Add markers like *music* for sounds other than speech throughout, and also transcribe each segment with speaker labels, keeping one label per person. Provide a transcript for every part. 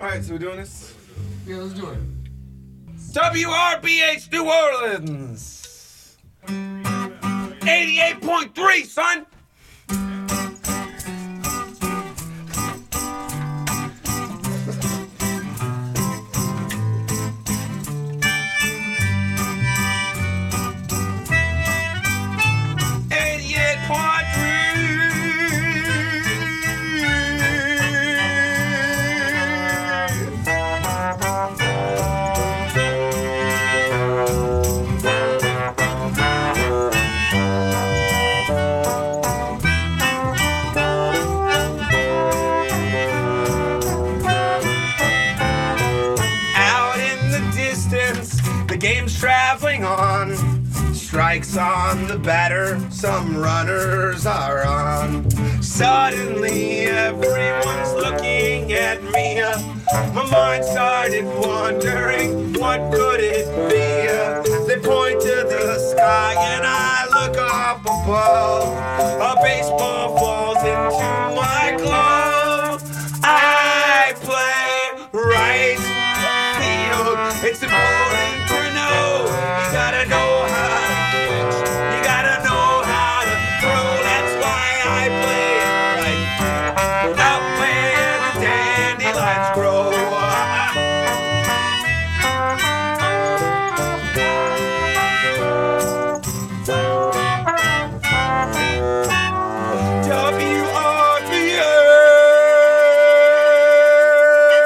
Speaker 1: right, so we're doing this.
Speaker 2: Yeah, let's do it.
Speaker 1: WRBH New Orleans. 88.3, son. Eighty-eight point three. Out in the distance, the game's traveling on. Strikes on the batter, some runners are on. Suddenly, everyone's looking at me. Uh, My mind started wandering, what could it be? Uh, They point to the sky, and I look up above. A baseball falls into my glove. I play right field. It's important to know. You gotta know how to pitch. You gotta know how to throw. That's why I play right. Out where the dandelions grow. *laughs*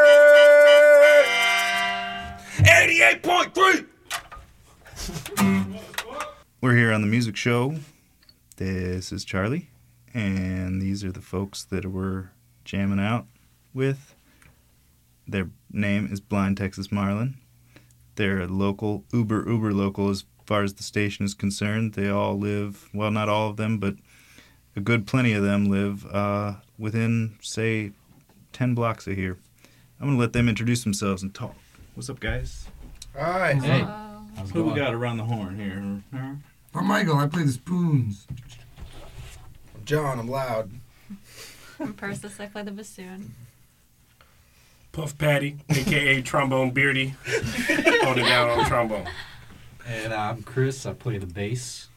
Speaker 1: WRBA! 88.3.
Speaker 3: We're here on the music show. This is Charlie, and these are the folks that we're jamming out with. Their name is Blind Texas Marlin. They're local, uber, uber local as far as the station is concerned. They all live, well, not all of them, but a good plenty of them live uh, within, say, 10 blocks of here. I'm going to let them introduce themselves and talk. What's up, guys?
Speaker 2: All right.
Speaker 4: Hey,
Speaker 3: Who we got around the horn here?
Speaker 2: I'm Michael. I play the spoons.
Speaker 1: John, I'm loud.
Speaker 5: *laughs* From Persis, I play the bassoon.
Speaker 6: Puff Patty, aka Trombone Beardy, holding down on trombone.
Speaker 4: and uh, I'm Chris. I play the bass.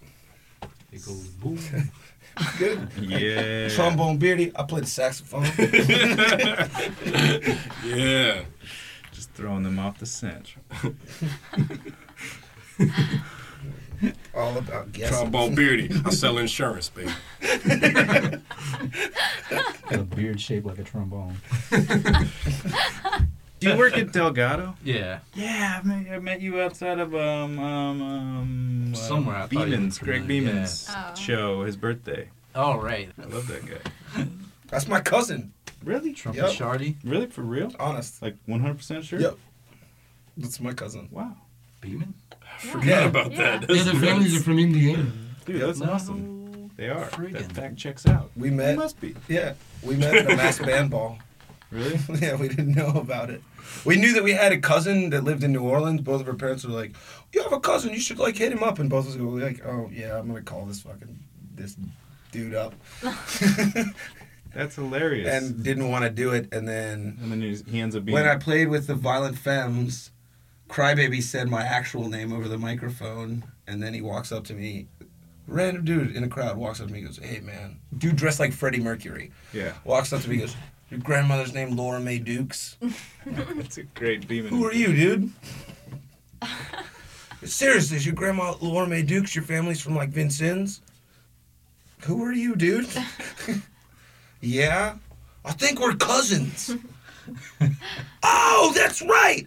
Speaker 4: It goes *laughs* boom.
Speaker 1: Good.
Speaker 3: *laughs* Yeah.
Speaker 1: Trombone Beardy, I play the saxophone.
Speaker 6: Yeah.
Speaker 3: Just throwing them off the scent.
Speaker 1: All about guessing.
Speaker 6: Trombone Beardy. I sell insurance, baby.
Speaker 4: Got a beard shaped like a trombone.
Speaker 3: Do you work at Delgado?
Speaker 4: Yeah.
Speaker 3: Yeah, I met, I met you outside of um um um uh,
Speaker 4: Somewhere, I thought you were
Speaker 3: Beeman's Greg
Speaker 4: familiar,
Speaker 3: Beeman's
Speaker 5: yeah. Oh.
Speaker 3: show, his birthday.
Speaker 4: All right.
Speaker 3: I love that guy.
Speaker 1: That's my cousin.
Speaker 3: Really?
Speaker 4: Trumpet
Speaker 1: Yep.
Speaker 4: Shardy.
Speaker 3: Really for real?
Speaker 1: Honest.
Speaker 3: Like 100% sure?
Speaker 1: Yep. That's my cousin.
Speaker 3: Wow.
Speaker 4: Beeman.
Speaker 6: Forget about
Speaker 5: Yeah.
Speaker 6: that.
Speaker 1: *laughs*
Speaker 2: Yeah, their families are from Indiana.
Speaker 3: Dude, that's
Speaker 4: No.
Speaker 3: awesome. They are. That
Speaker 4: Friggin'.
Speaker 3: fact checks out.
Speaker 1: We
Speaker 3: They
Speaker 1: met.
Speaker 3: must be.
Speaker 1: Yeah, we met at a mass band ball. *laughs*
Speaker 3: Really?
Speaker 1: Yeah, we didn't know about it. We knew that we had a cousin that lived in New Orleans. Both of our parents were like, "You have a cousin. You should like hit him up." And both of us were like, "Oh yeah, I'm gonna call this fucking this dude up," *laughs*
Speaker 3: That's hilarious.
Speaker 1: and didn't want to do it. And then
Speaker 3: and then he's- he ends up being
Speaker 1: when I played with the Violent Femmes, Crybaby said my actual name over the microphone, and then he walks up to me. Random dude in the crowd walks up to me and goes, Hey man, dude dressed like Freddie Mercury
Speaker 3: Yeah.
Speaker 1: walks up to me and goes, Your grandmother's name Laura May Dukes?
Speaker 3: That's a great Beeman.
Speaker 1: Who are you, *laughs* dude? Seriously, is your grandma Laura May Dukes? Your family's from like Vincennes? Who are you, *laughs* dude? yeah? I think we're *laughs* cousins. oh, that's right!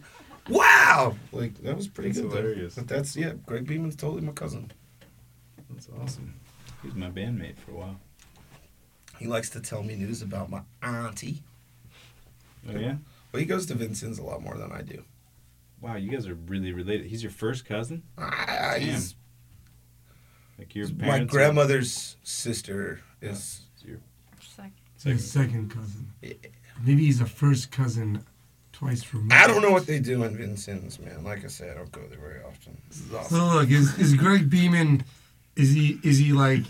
Speaker 1: Wow! Like, that was pretty
Speaker 3: That's
Speaker 1: good. though.
Speaker 3: hilarious.
Speaker 1: But that's, yeah, Greg Beeman's totally my cousin.
Speaker 3: That's awesome. He was my bandmate for a while.
Speaker 1: He likes to tell me news about my auntie.
Speaker 3: Oh yeah.
Speaker 1: Well, he goes to Vincennes a lot more than I do.
Speaker 3: Wow, you guys are really related. He's your first cousin?
Speaker 1: I, I-
Speaker 3: Damn. Like your parents
Speaker 1: Ah, my
Speaker 3: are-
Speaker 1: grandmother's sister is
Speaker 5: Second.
Speaker 2: His second cousin.
Speaker 1: Yeah.
Speaker 2: Maybe he's a first cousin, twice removed.
Speaker 1: I don't know what they do in Vincennes, man. Like I said, I don't go there very often. This is
Speaker 2: So
Speaker 1: awesome.
Speaker 2: look, is, is Greg Beeman Is he is he like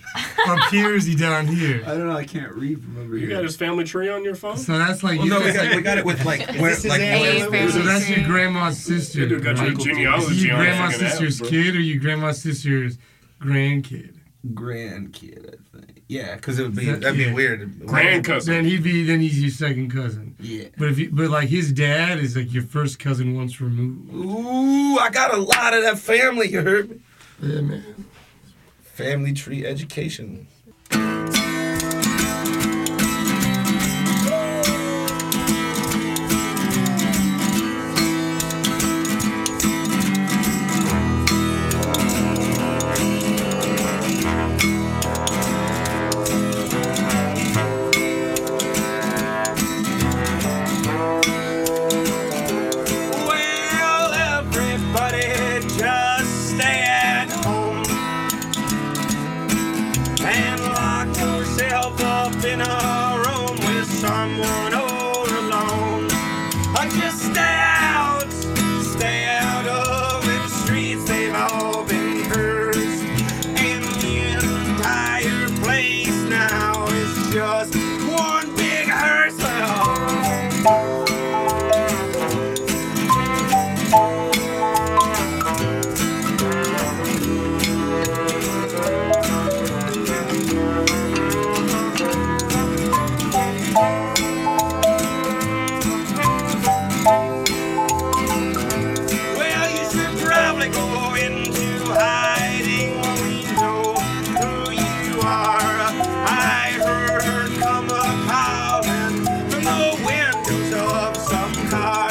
Speaker 2: up here? Is he down here?
Speaker 1: I don't know. I can't read from over
Speaker 7: You
Speaker 1: here.
Speaker 7: got his family tree on your phone?
Speaker 2: So that's like
Speaker 3: Well,
Speaker 2: you
Speaker 3: no, we
Speaker 2: that's
Speaker 3: got,
Speaker 2: like-
Speaker 3: we got it with
Speaker 1: *laughs*
Speaker 3: like where
Speaker 4: his
Speaker 3: like
Speaker 4: aunt?
Speaker 3: where-
Speaker 5: Hey, family
Speaker 2: so that's your
Speaker 5: tree.
Speaker 2: grandma's sister.
Speaker 7: You do got your
Speaker 2: right?
Speaker 7: genealogy
Speaker 2: Is he your
Speaker 7: on it,
Speaker 2: grandma's
Speaker 7: you can ask,
Speaker 2: sister's
Speaker 7: bro.
Speaker 2: kid or your grandma's sister's grandkid?
Speaker 1: grandkid, I think. Yeah, because it would be.
Speaker 2: Yeah.
Speaker 3: that'd be weird.
Speaker 2: Then
Speaker 7: Grand cousin.
Speaker 2: he'd be then he's your second cousin.
Speaker 1: Yeah.
Speaker 2: But if you, but like his dad is like your first cousin once removed.
Speaker 3: Ooh, I got a lot of that family. You heard me?
Speaker 2: Yeah, man.
Speaker 3: Family tree education. Well, everybody, just stay at home and lock yourself up in a room with someone or alone. Or just stay out, stay out of the streets. They've all been cursed, and the entire place now is just one big hearse. Well, you should probably go into hiding when we know who you are. I heard come a calling from the windows of some car,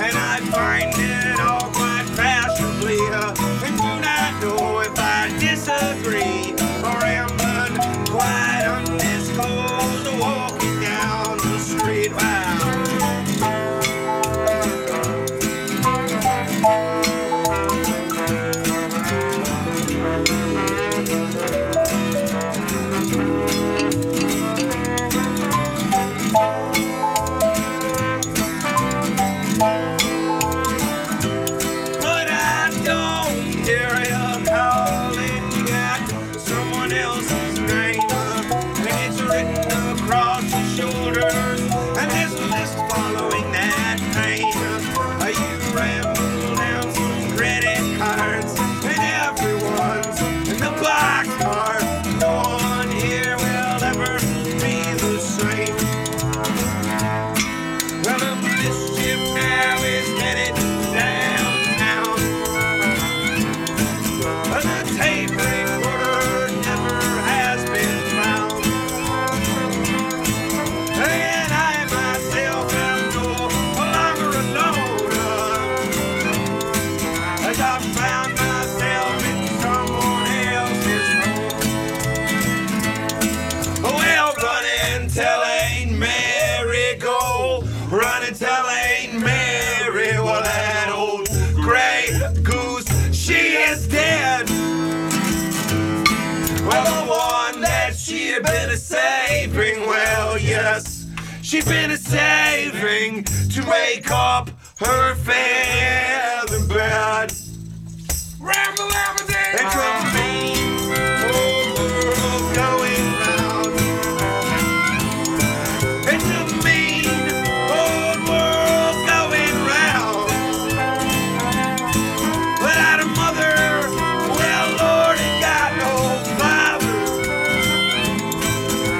Speaker 3: and I find it all quite fashionably. uh, And do not know if I disagree or am but quite undisclosed walking down the street. Wow. But I don't hear a calling at someone else's name. And it's written across your shoulders. And this list following that name. You ramble down some credit cards. And everyone's in the black car. No one here will ever be the same. Well, the mischief now is headed downtown. And the tape recorder never has been found. And I myself am no longer alone. As I found myself in someone else's home. Well, run and tell ain't Mary go. Run and tell ain't Mary. Well, that old gray goose, she is dead. Well, the one that she had been a saving. Well, yes, she'd been a saving to wake up her feather bed. Ramble, ramble, and come me.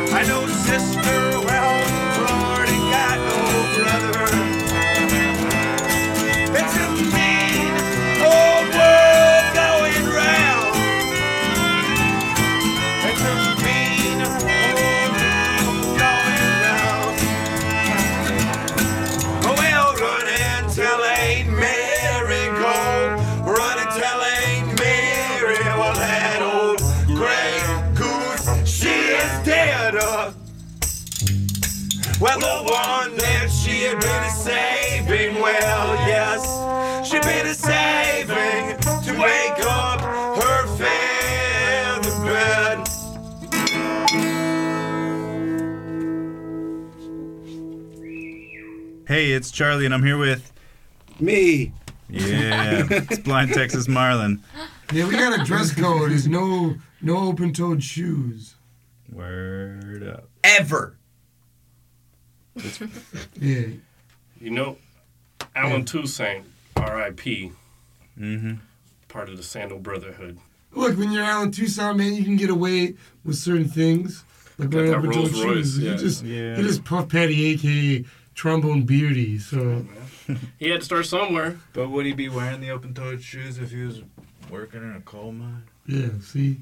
Speaker 3: Sister, well, Lord, it got no brother. It's a mean old world going round. It's a mean old world going round. Well, run and tell ain't Mary go. Run and tell ain't Mary. Well, that old gray goose, she is dead. Uh, well, the one that she had been a saving, well, yes, she'd been a saving to wake up her feather bed.
Speaker 4: Hey, it's Charlie, and I'm here with.
Speaker 1: Me.
Speaker 2: *laughs*
Speaker 4: Yeah, it's Blind Texas Marlin.
Speaker 2: Yeah, we got a dress code. There's no No open toed shoes.
Speaker 4: Word up.
Speaker 3: Ever.
Speaker 2: Yeah.
Speaker 7: You know, Alan Toussaint, R.I.P.,
Speaker 4: Mm-hmm.
Speaker 7: part of the Sandal Brotherhood.
Speaker 2: Look, when you're Alan Tucson, man, you can get away with certain things. Like wearing
Speaker 7: that
Speaker 2: open toed
Speaker 7: Rolls Royce,
Speaker 2: shoes.
Speaker 7: yeah.
Speaker 2: You just
Speaker 4: Yeah.
Speaker 2: you just Puff Patty aka trombone beardy, so
Speaker 7: He had to start somewhere.
Speaker 4: But would he be wearing the open toed shoes if he was working in a coal mine?
Speaker 2: yeah, see.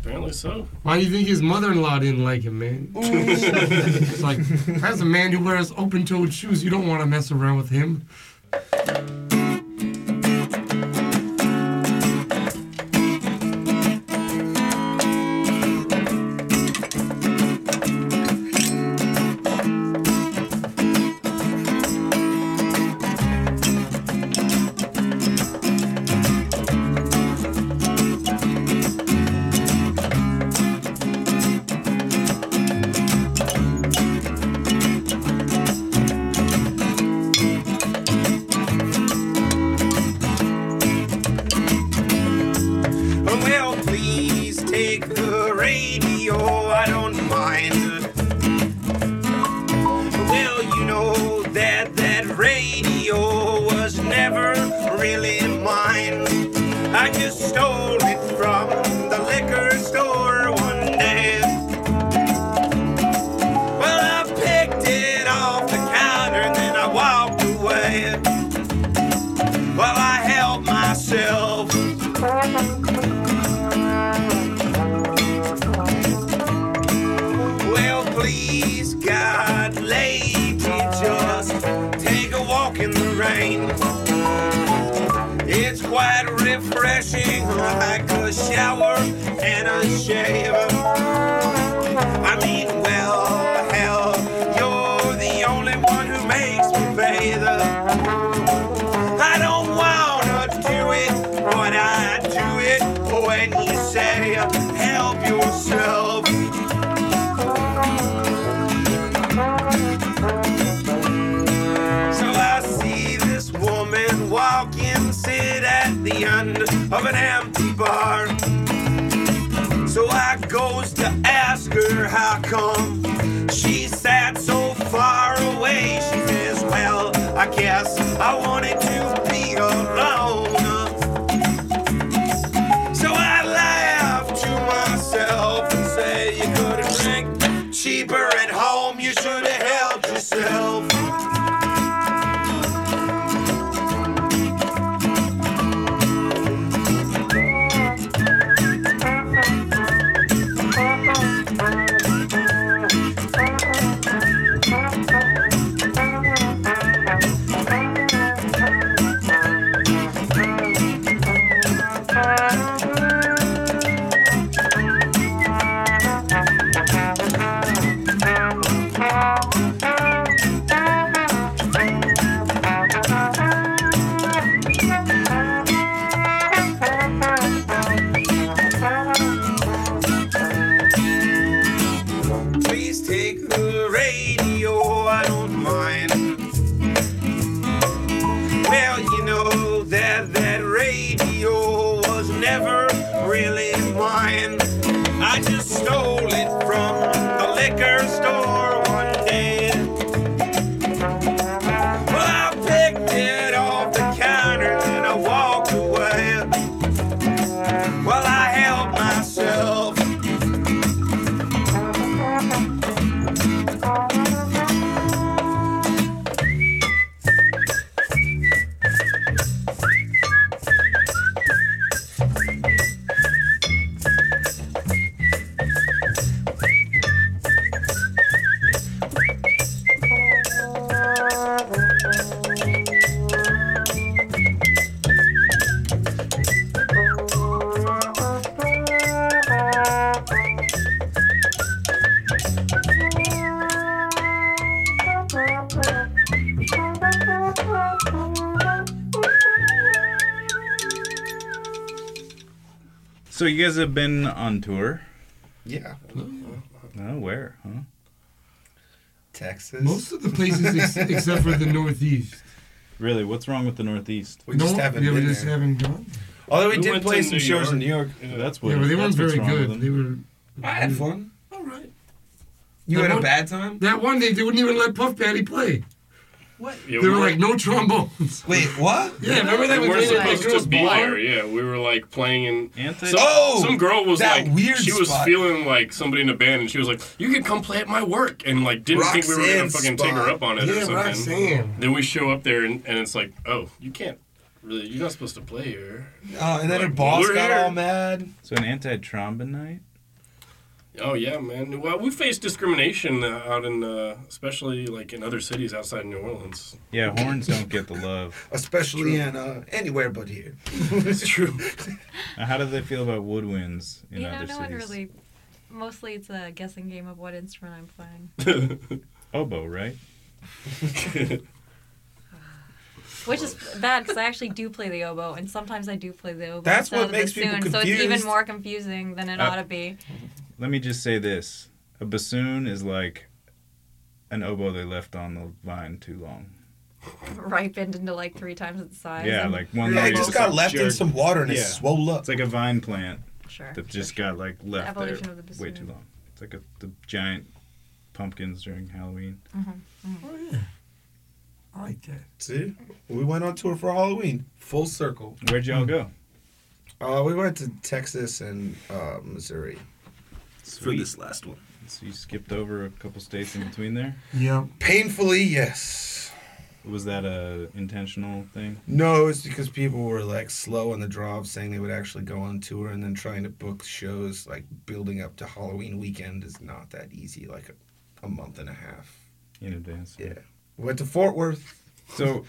Speaker 7: Apparently so.
Speaker 2: Why do you think his mother in law didn't like him,
Speaker 7: *laughs*
Speaker 2: man? it's like that's a man who wears open toed shoes. You don't want to mess around with him.
Speaker 3: Oh, Well, please take the radio, I don't mind. Well, you know that that radio was never really mine. I just stole it from the liquor store one day. Well, I picked it off the counter and then I walked away. Well, I helped myself. Well, please, God, lady, just take a walk in the rain. It's quite refreshing, like a shower and a shave. I mean, well, hell, you're the only one who makes me bathe. I don't wanna do it, but I do it when you say help yourself. So I see this woman walk in, sit at the end of an empty bar. So I goes to ask her how come she sat so far away. She says, Well, I guess I wanted to be alone. So I laugh to myself and say, You could have drank cheaper at home, you should have helped yourself. Please take the radio, I don't mind. Well, you know that that radio was never really mine. I just stole it from the liquor store one day. Well, I picked it off the counter and I walked away. Well, I helped myself.
Speaker 4: So you guys have been on tour.
Speaker 3: Yeah.
Speaker 4: Oh, where? Huh?
Speaker 3: Texas.
Speaker 2: Most of the places ex-
Speaker 7: *laughs*
Speaker 2: except for the Northeast.
Speaker 4: Really? What's wrong with the Northeast?
Speaker 3: we just haven't
Speaker 2: yeah, we
Speaker 3: been
Speaker 2: just
Speaker 3: there.
Speaker 2: haven't gone.
Speaker 3: Although we,
Speaker 7: We
Speaker 3: did
Speaker 7: went
Speaker 3: play
Speaker 7: to
Speaker 3: some
Speaker 7: New
Speaker 3: shows in New York.
Speaker 4: That's what.
Speaker 2: Yeah, but they weren't
Speaker 4: that's what's
Speaker 2: very
Speaker 4: wrong with
Speaker 2: good.
Speaker 4: them.
Speaker 2: They were.
Speaker 1: I had fun.
Speaker 7: All right.
Speaker 1: You
Speaker 2: That
Speaker 1: had a
Speaker 2: one-
Speaker 1: bad time?
Speaker 2: That one day they wouldn't even let Puff Daddy play.
Speaker 7: Yeah,
Speaker 2: They
Speaker 7: we
Speaker 2: were like no trombones.
Speaker 1: Wait, *laughs* what?
Speaker 2: Yeah, remember that we
Speaker 7: we weren't
Speaker 2: played at that
Speaker 7: supposed
Speaker 2: girl's
Speaker 7: to be there.
Speaker 2: bar?
Speaker 7: Yeah, we were like playing in.
Speaker 4: Anti-
Speaker 7: Some,
Speaker 1: Oh,
Speaker 7: some girl was
Speaker 1: that
Speaker 7: like,
Speaker 1: weird
Speaker 7: she was
Speaker 1: spot.
Speaker 7: feeling like somebody in the band, and she was like, "You can come play at my work," and like didn't think we were gonna
Speaker 1: Roxanne
Speaker 7: fucking
Speaker 1: spot.
Speaker 7: take her up on it or
Speaker 2: Yeah,
Speaker 7: something.
Speaker 2: Roxanne.
Speaker 7: Then we show up there, and, and it's like, "Oh, you can't really. You're not supposed to play here."
Speaker 1: Oh, and then her
Speaker 7: Like,
Speaker 1: boss
Speaker 7: we're
Speaker 1: got
Speaker 7: here.
Speaker 1: all mad.
Speaker 4: So an anti-trombin night.
Speaker 7: Oh yeah, man. Well, we face discrimination uh, out in, uh, especially like in other cities outside of New Orleans.
Speaker 4: Yeah, horns don't get the love.
Speaker 1: Especially in uh, anywhere but here. *laughs*
Speaker 7: It's true.
Speaker 4: Now, how do they feel about woodwinds in
Speaker 5: you know,
Speaker 4: other
Speaker 5: no
Speaker 4: cities?
Speaker 5: one really. Mostly it's a guessing game of what instrument I'm playing.
Speaker 1: *laughs*
Speaker 4: Oboe, right?
Speaker 5: Which is bad because I actually do play the oboe, and sometimes I do play the oboe.
Speaker 1: That's
Speaker 5: instead
Speaker 1: what
Speaker 5: of the
Speaker 1: makes people
Speaker 5: bassoon, So it's even
Speaker 1: confused.
Speaker 5: more confusing than it
Speaker 4: Uh,
Speaker 5: ought to be. *laughs*
Speaker 4: Let me just say this: a bassoon is like an oboe they left on the vine too long.
Speaker 5: Ripened into like three times its size.
Speaker 4: Yeah,
Speaker 5: and-
Speaker 4: like one.
Speaker 1: Yeah,
Speaker 4: day
Speaker 1: it just
Speaker 4: it's
Speaker 1: got
Speaker 4: like
Speaker 1: left in
Speaker 4: jerked.
Speaker 1: some water and it
Speaker 4: Yeah.
Speaker 1: swole up.
Speaker 4: It's like a vine plant
Speaker 5: sure.
Speaker 4: that just got like left there
Speaker 5: evolution of the
Speaker 4: way
Speaker 5: bassoon.
Speaker 4: too long. It's like a, the giant pumpkins during Halloween.
Speaker 2: Oh yeah. I like that.
Speaker 1: See? We went on tour for Halloween. Full circle.
Speaker 4: Where'd y'all go?
Speaker 1: Uh, we went to Texas and uh, Missouri. For this last one.
Speaker 4: So you skipped over a couple states in between there.
Speaker 2: Yeah.
Speaker 1: Painfully, yes.
Speaker 4: Was that a intentional thing?
Speaker 1: No, it's because people were like slow on the draw of saying they would actually go on tour and then trying to book shows like building up to Halloween weekend is not that easy, like a, a month and a half.
Speaker 4: In advance.
Speaker 1: Yeah. Went to Fort Worth.
Speaker 4: So,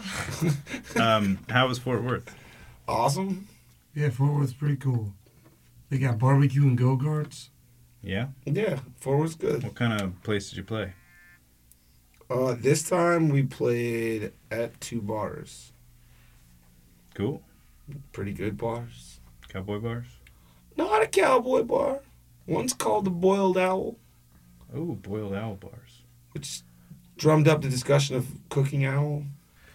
Speaker 4: um, how was Fort Worth?
Speaker 1: *laughs* Awesome.
Speaker 2: Yeah, Fort Worth's pretty cool. They got barbecue and go karts.
Speaker 4: Yeah.
Speaker 1: Yeah, Fort Worth's good.
Speaker 4: What kind of place did you play?
Speaker 1: Uh, this time we played at two bars.
Speaker 4: Cool.
Speaker 1: Pretty good bars.
Speaker 4: Cowboy bars.
Speaker 1: Not a cowboy bar. One's called the Boiled Owl,
Speaker 4: Oh, boiled owl bars.
Speaker 1: which drummed up the discussion of cooking owl.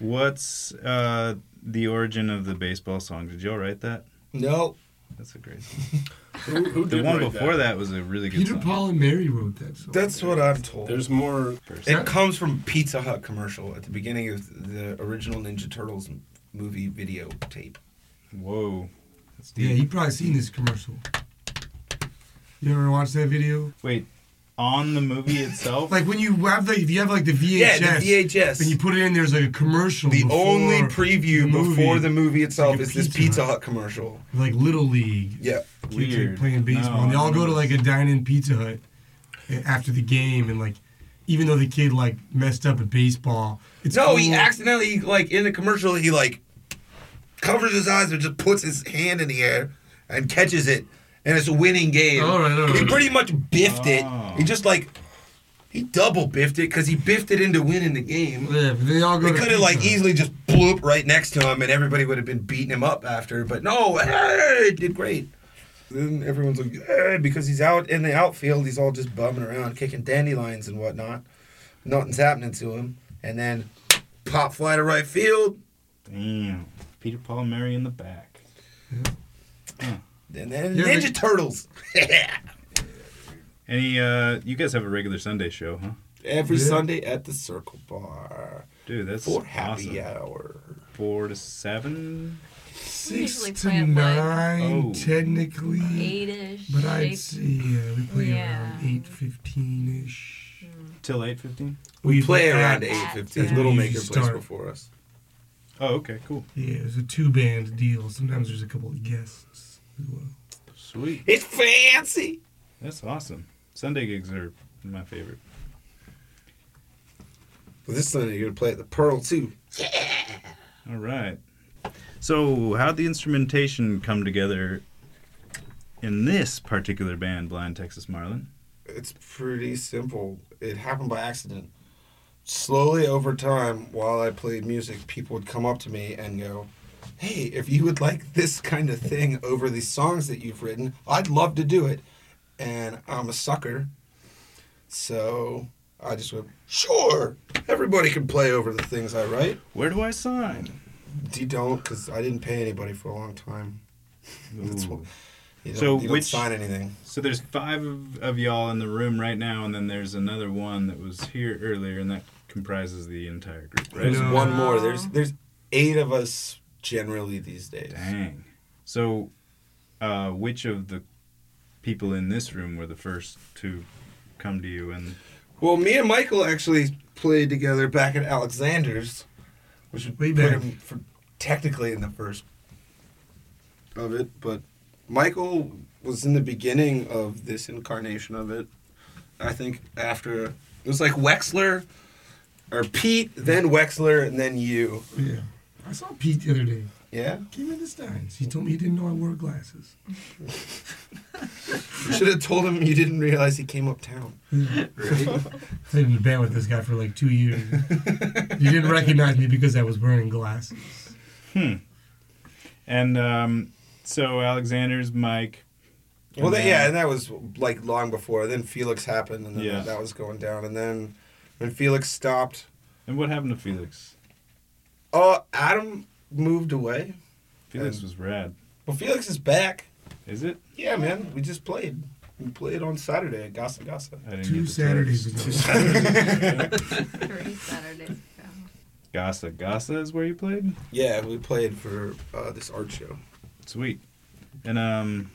Speaker 4: What's uh, the origin of the baseball song? Did y'all write that?
Speaker 1: No,
Speaker 4: That's a great. Song.
Speaker 7: who, who
Speaker 4: The
Speaker 7: did
Speaker 4: one
Speaker 7: write
Speaker 4: before
Speaker 7: that?
Speaker 4: that was a really good
Speaker 2: Peter,
Speaker 4: song.
Speaker 2: Paul, and Mary wrote that song.
Speaker 1: that's what I'm told.
Speaker 7: There's more.
Speaker 1: It comes from Pizza Hut commercial at the beginning of the original Ninja Turtles m- movie video tape.
Speaker 4: Whoa. That's
Speaker 2: yeah,
Speaker 4: deep.
Speaker 2: you probably seen this commercial. You ever watch that video?
Speaker 4: Wait, on the
Speaker 2: *laughs*
Speaker 4: movie itself.
Speaker 2: Like when you have the if you have like the VHS,
Speaker 1: Yeah, the VHS.
Speaker 2: and you put it in, there's like a commercial.
Speaker 1: the
Speaker 2: before
Speaker 1: only
Speaker 2: the
Speaker 1: preview
Speaker 2: movie.
Speaker 1: before the movie itself
Speaker 2: Like a
Speaker 1: is this
Speaker 2: Pizza
Speaker 1: Pizza
Speaker 2: Hut.
Speaker 1: Hut commercial.
Speaker 2: like Little League.
Speaker 1: Yeah.
Speaker 2: Kids like
Speaker 4: Weird.
Speaker 2: playing baseball.
Speaker 4: No,
Speaker 2: and they all
Speaker 4: I
Speaker 2: go to
Speaker 4: remember
Speaker 2: like a dine-in Pizza Hut eh, after the game, and like even though the kid like messed up at baseball, it's
Speaker 1: No, he
Speaker 2: cool.
Speaker 1: accidentally like in the commercial he like covers his eyes and just puts his hand in the air and catches it, and it's a winning game.
Speaker 2: All right, Ah. all right.
Speaker 1: He pretty much biffed
Speaker 4: Oh.
Speaker 1: it. He just like he double biffed it because he biffed it into winning the game.
Speaker 2: Yeah, but they all go.
Speaker 1: They
Speaker 2: to
Speaker 1: could have like
Speaker 2: Pizza Hut.
Speaker 1: easily just blew up right next to him, and everybody would have been beating him up after. But no, hey, did great. Then everyone's like, hey, because he's out in the outfield, he's all just bumming around, kicking dandelions and whatnot. Nothing's happening to him, and then pop fly to right field,
Speaker 4: Damn. Peter Paul and Mary in the back.
Speaker 1: and then
Speaker 2: Yeah,
Speaker 1: Ninja
Speaker 2: they-
Speaker 1: Turtles.
Speaker 4: Any uh you guys have a regular Sunday show, huh?
Speaker 1: Every
Speaker 2: Yeah.
Speaker 1: Sunday at the Circle Bar
Speaker 4: Dude, that's
Speaker 1: for
Speaker 4: awesome.
Speaker 1: happy hour.
Speaker 4: Four to seven.
Speaker 2: six
Speaker 5: usually
Speaker 2: to
Speaker 5: play at, like,
Speaker 2: nine
Speaker 4: Oh.
Speaker 2: technically.
Speaker 5: Eight-ish.
Speaker 2: But I'd
Speaker 5: shape.
Speaker 2: see uh, we play around
Speaker 5: Yeah.
Speaker 2: eight fifteen ish.
Speaker 4: Till eight fifteen?
Speaker 1: We play around
Speaker 5: at-
Speaker 1: eight fifteen.
Speaker 5: yeah.
Speaker 1: Little
Speaker 2: You
Speaker 1: Maker plays
Speaker 2: start.
Speaker 1: before us.
Speaker 4: Oh, okay, cool.
Speaker 2: Yeah, it was a two band deal. Sometimes there's a couple of guests as well.
Speaker 4: Sweet.
Speaker 1: It's fancy.
Speaker 4: That's awesome. Sunday gigs are my favorite.
Speaker 1: Well, this Sunday you're gonna play at the Pearl too.
Speaker 4: All right. So how'd the instrumentation come together in this particular band, Blind Texas Marlin?
Speaker 1: It's pretty simple. It happened by accident. Slowly over time, while I played music, people would come up to me and go, Hey, if you would like this kind of thing over the songs that you've written, I'd love to do it. And I'm a sucker. So I just went, Sure, everybody can play over the things I write.
Speaker 4: Where do I sign?
Speaker 1: You don't, because I didn't pay anybody for a long time. *laughs* That's
Speaker 4: Ooh.
Speaker 1: what- You don't,
Speaker 4: So
Speaker 1: you don't
Speaker 4: which-
Speaker 1: sign anything.
Speaker 4: So there's five of- of y'all in the room right now, and then there's another one that was here earlier, and that comprises the entire group, right?
Speaker 1: There's
Speaker 2: No.
Speaker 1: one more. There's there's eight of us generally these days.
Speaker 4: Dang. So, uh, which of the people in this room were the first to come to you? And
Speaker 1: Well, me and Michael actually played together back at Alexander's, which would
Speaker 2: Way
Speaker 1: put
Speaker 2: back.
Speaker 1: him for technically in the first of it. But Michael was in the beginning of this incarnation of it. I think after it was like Wexler or Pete, then Wexler, and then you.
Speaker 2: Yeah. I saw Pete the other day.
Speaker 1: Yeah,
Speaker 2: Came in the Steins. He told me he didn't know I wore glasses. *laughs*
Speaker 1: you should have told him you didn't realize he came uptown.
Speaker 2: Played in the band with this guy for like two years. you didn't recognize me because I was wearing glasses.
Speaker 4: and um, so Alexander's Mike.
Speaker 1: Well,
Speaker 4: And
Speaker 1: then,
Speaker 4: then-
Speaker 1: yeah, and that was like long before. Then Felix happened, and then
Speaker 4: Yeah.
Speaker 1: that was going down. And then when Felix stopped,
Speaker 4: And what happened to Felix?
Speaker 1: Oh, Adam moved away.
Speaker 4: Felix
Speaker 1: Um,
Speaker 4: was rad.
Speaker 1: Well, Felix is back.
Speaker 4: Is it?
Speaker 1: Yeah, man. We just played. We played on Saturday at Gossip Gossip.
Speaker 4: I didn't
Speaker 2: Two
Speaker 4: get the
Speaker 2: Saturdays
Speaker 4: text.
Speaker 2: ago.
Speaker 5: Three Saturdays ago.
Speaker 4: Gasa Gasa is where you played.
Speaker 1: Yeah, we played for uh, this art show.
Speaker 4: Sweet. And um.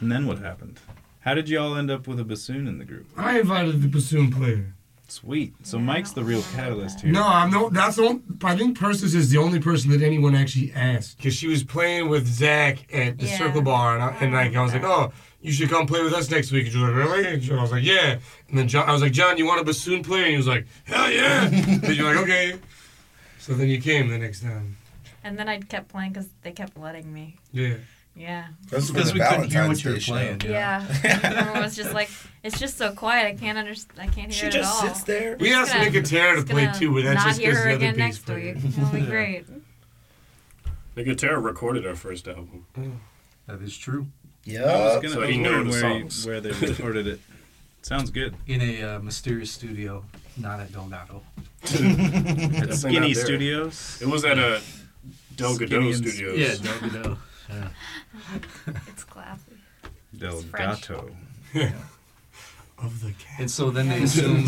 Speaker 4: And then what happened? How did y'all end up with a bassoon in the group?
Speaker 2: I invited the bassoon player.
Speaker 4: Sweet. So Mike's the real catalyst here.
Speaker 2: No, I'm no. That's the only, I think Persis is the only person that anyone actually asked.
Speaker 8: because she was playing with Zach at the
Speaker 5: Yeah.
Speaker 8: Circle Bar, and, I, and like I was like, oh, you should come play with us next week. And she was like, really? And she- I was like, yeah. And then John, I was like, John, you want a bassoon player? And he was like, hell yeah. *laughs* then you're like, okay. So then you came the next time.
Speaker 5: And then I kept playing because they kept letting me.
Speaker 8: Yeah.
Speaker 5: Yeah.
Speaker 1: That's
Speaker 9: Because we couldn't hear what you were playing.
Speaker 5: Yeah. Everyone was just like, it's just so quiet. I can't understand. I can't hear
Speaker 1: She
Speaker 5: it
Speaker 1: just
Speaker 5: at all.
Speaker 1: sits there.
Speaker 8: We asked
Speaker 5: gonna-
Speaker 8: Nick and Tara to
Speaker 5: Just
Speaker 8: play
Speaker 5: gonna
Speaker 8: too, but that's
Speaker 5: not
Speaker 8: just
Speaker 5: hear
Speaker 8: because
Speaker 5: her
Speaker 8: the other
Speaker 5: again
Speaker 8: bass
Speaker 5: next
Speaker 8: player.
Speaker 5: week. It'll
Speaker 8: *laughs*
Speaker 5: be great.
Speaker 7: The guitar recorded our first album.
Speaker 9: That is true.
Speaker 4: I was
Speaker 1: Yeah.
Speaker 4: gonna
Speaker 7: Uh, So
Speaker 4: I
Speaker 7: he
Speaker 4: was
Speaker 7: knew
Speaker 4: wondering where,
Speaker 7: the
Speaker 4: you-
Speaker 7: songs.
Speaker 4: where they recorded it. Sounds
Speaker 2: *laughs*
Speaker 4: good.
Speaker 9: In a uh, mysterious studio, not at Delgado.
Speaker 4: At
Speaker 7: not
Speaker 4: Skinny
Speaker 7: there.
Speaker 4: Studios.
Speaker 7: It was at a Del
Speaker 4: Skinny
Speaker 7: Godot
Speaker 4: and-
Speaker 7: Studios.
Speaker 9: Yeah, Delgado.
Speaker 5: It's classy.
Speaker 4: Del
Speaker 5: French.
Speaker 4: Gato.
Speaker 2: Of the cat.
Speaker 9: And so then they assumed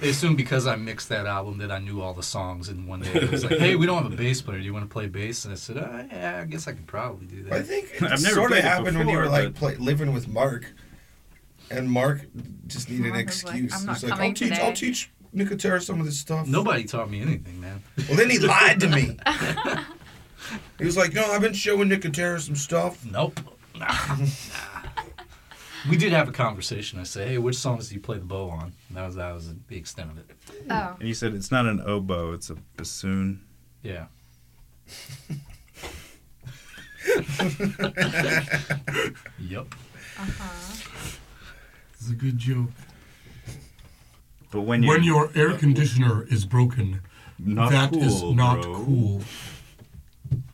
Speaker 9: they assumed because I mixed that album that I knew all the songs. And one day it was like, "Hey, we don't have a bass player. Do you want to play bass?" And I said, oh, "Yeah, I guess I could probably do
Speaker 1: I
Speaker 9: that."
Speaker 1: think it
Speaker 4: *laughs* I've never
Speaker 1: sort of
Speaker 4: played it
Speaker 1: happened when you
Speaker 4: before,
Speaker 1: were like
Speaker 4: but-
Speaker 1: play, living with Mark, and Mark just needed an
Speaker 5: Mark was like,
Speaker 1: excuse.
Speaker 5: "I'm
Speaker 1: He
Speaker 5: not
Speaker 1: was like, I'll
Speaker 5: coming
Speaker 1: teach.
Speaker 5: today."
Speaker 1: I'll teach Nicotera some of this stuff.
Speaker 9: Nobody taught me anything, man.
Speaker 1: Well, then he lied to
Speaker 4: *laughs*
Speaker 1: me. he was like, No, I've been showing Nicotera some stuff.
Speaker 9: Nope. Nah, nah. We did have a conversation. I said, "Hey, which songs do you play the bow on?" And that was that was the extent of it.
Speaker 5: Oh.
Speaker 4: And you said it's not an oboe, it's a bassoon.
Speaker 9: Yeah. yep.
Speaker 2: It's a good joke.
Speaker 4: But when you
Speaker 2: when your air conditioner is broken, that
Speaker 4: Uh, not
Speaker 2: is
Speaker 4: cool,
Speaker 2: not
Speaker 4: bro.
Speaker 2: cool.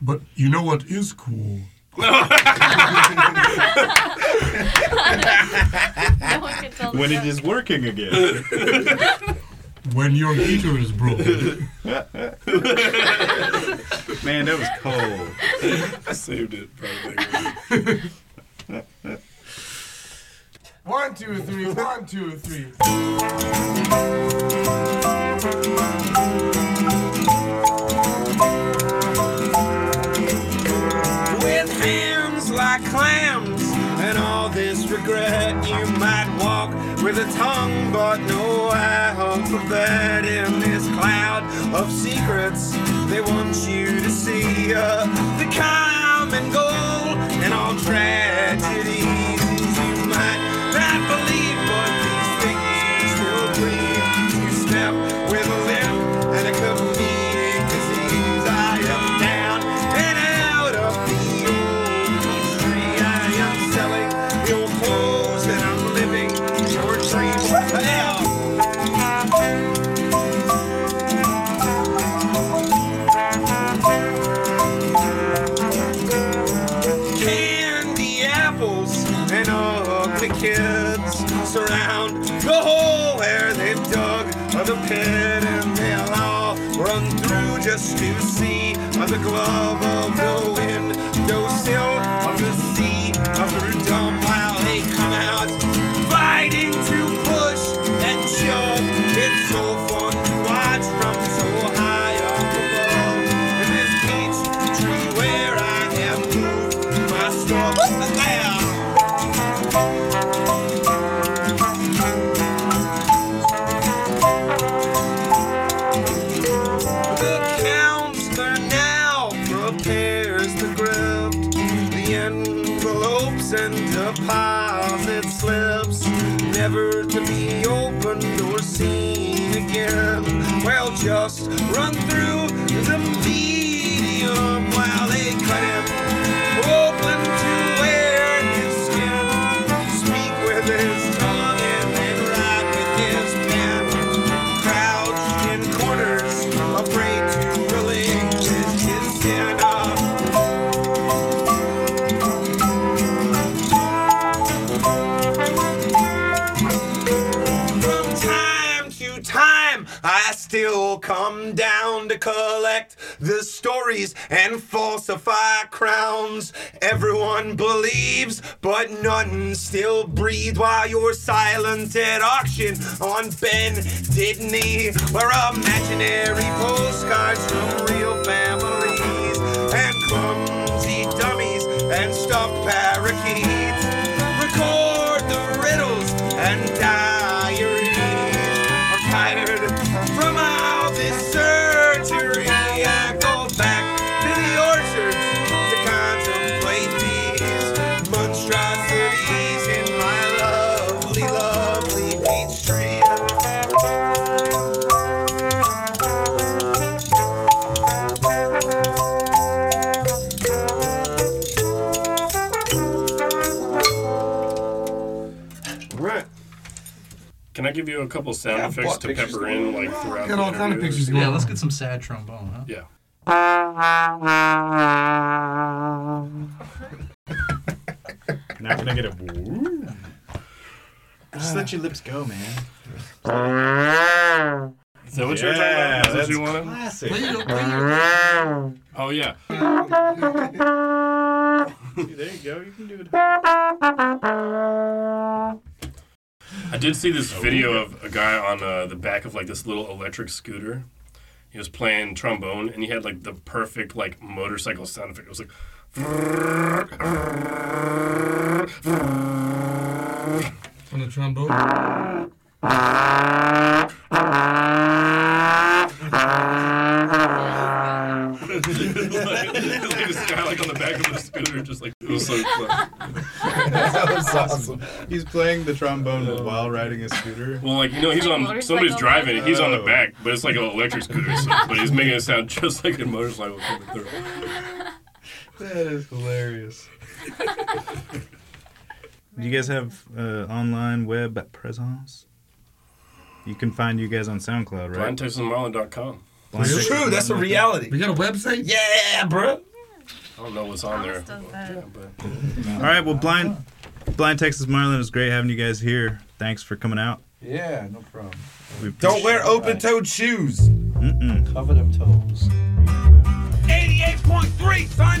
Speaker 2: But you know what is cool?
Speaker 5: No one could tell the
Speaker 4: When it
Speaker 5: joke.
Speaker 4: is working
Speaker 7: *laughs*
Speaker 4: again.
Speaker 2: When your heater is broken.
Speaker 4: Man, that was cold.
Speaker 7: I saved it. Probably.
Speaker 2: *laughs* one, two, three, one, two, three.
Speaker 3: with hands like clams and all this regret. You might walk with a tongue, but no alphabet in this cloud of secrets they want you to see. Uh, the common goal and all tragedies you might not believe, but these things still breathe. You step with a limp and a comedic disease. I am down and out of the old country. I am selling your clothes and I'm living your dreams. Hell. candy apples and ugly kids surround the hole where they've dug the pit and they'll all run through just to see the glove of the window when you're seen again. Well, just run through the medium while they cut him open to where his skin. Speak with his tongue and then write with his pen. Crouched in corners, afraid to relinquish his sin. Ah, From time to time, I still come down to collect the stories and falsify crowns. Everyone believes, but none still breathe while you're silent at auction on Ben Didney, where imaginary postcards from real families and clumsy dummies and stuffed parakeets record the riddles and diaries. I'm tired from all this surgery. I go back to the orchards to contemplate these monstrosities in my lovely, lovely peach tree.
Speaker 7: All right. Can I give you a couple sound
Speaker 1: Yeah, I've
Speaker 7: effects
Speaker 1: bought
Speaker 7: to
Speaker 1: pictures
Speaker 7: pepper in, like throughout
Speaker 2: Got
Speaker 7: the
Speaker 2: all kind of
Speaker 7: interview?
Speaker 2: pictures going
Speaker 9: Yeah,
Speaker 2: on.
Speaker 9: let's get some sad trombone, huh?
Speaker 7: Yeah.
Speaker 4: Not gonna get a woo. Just let your lips go, man.
Speaker 7: Is that what you were talking about? Is that what
Speaker 4: that's
Speaker 7: you wanted?
Speaker 4: classic.
Speaker 2: Play it- play it.
Speaker 7: Oh yeah.
Speaker 4: There you go. You can do it.
Speaker 7: I did see this video of a guy on uh, the back of like this little electric scooter. He was playing trombone and he had like the perfect like motorcycle sound effect. It was like *laughs*
Speaker 2: On the trombone.
Speaker 7: like this guy like on the back of the scooter just like it was *laughs* so fun.
Speaker 4: That was awesome. He's playing the trombone while riding a scooter.
Speaker 7: Well, like you know, he's
Speaker 5: Like
Speaker 7: on
Speaker 5: motorcycle
Speaker 7: somebody's driving it. He's on the
Speaker 4: Oh.
Speaker 7: back, but it's like an electric scooter, so, but he's making it sound *laughs* just like a motorcycle coming through.
Speaker 4: That is hilarious. Do you guys have uh, online web presence? You can find you guys on SoundCloud, right?
Speaker 7: BlindTexasMarlin.com.
Speaker 4: Blind
Speaker 1: It's true. That's a reality.
Speaker 2: We got a website?
Speaker 1: Yeah, bro.
Speaker 7: I don't know what's on there.
Speaker 5: Thomas does that.
Speaker 7: Yeah, but-
Speaker 4: All right. Well, blind, blind Texas Marlin it was great having you guys here. Thanks for coming out.
Speaker 9: Yeah, no problem.
Speaker 4: We
Speaker 1: Don't wear open-toed shoes.
Speaker 4: Mm-mm.
Speaker 9: Cover them toes.
Speaker 3: 88.3 Science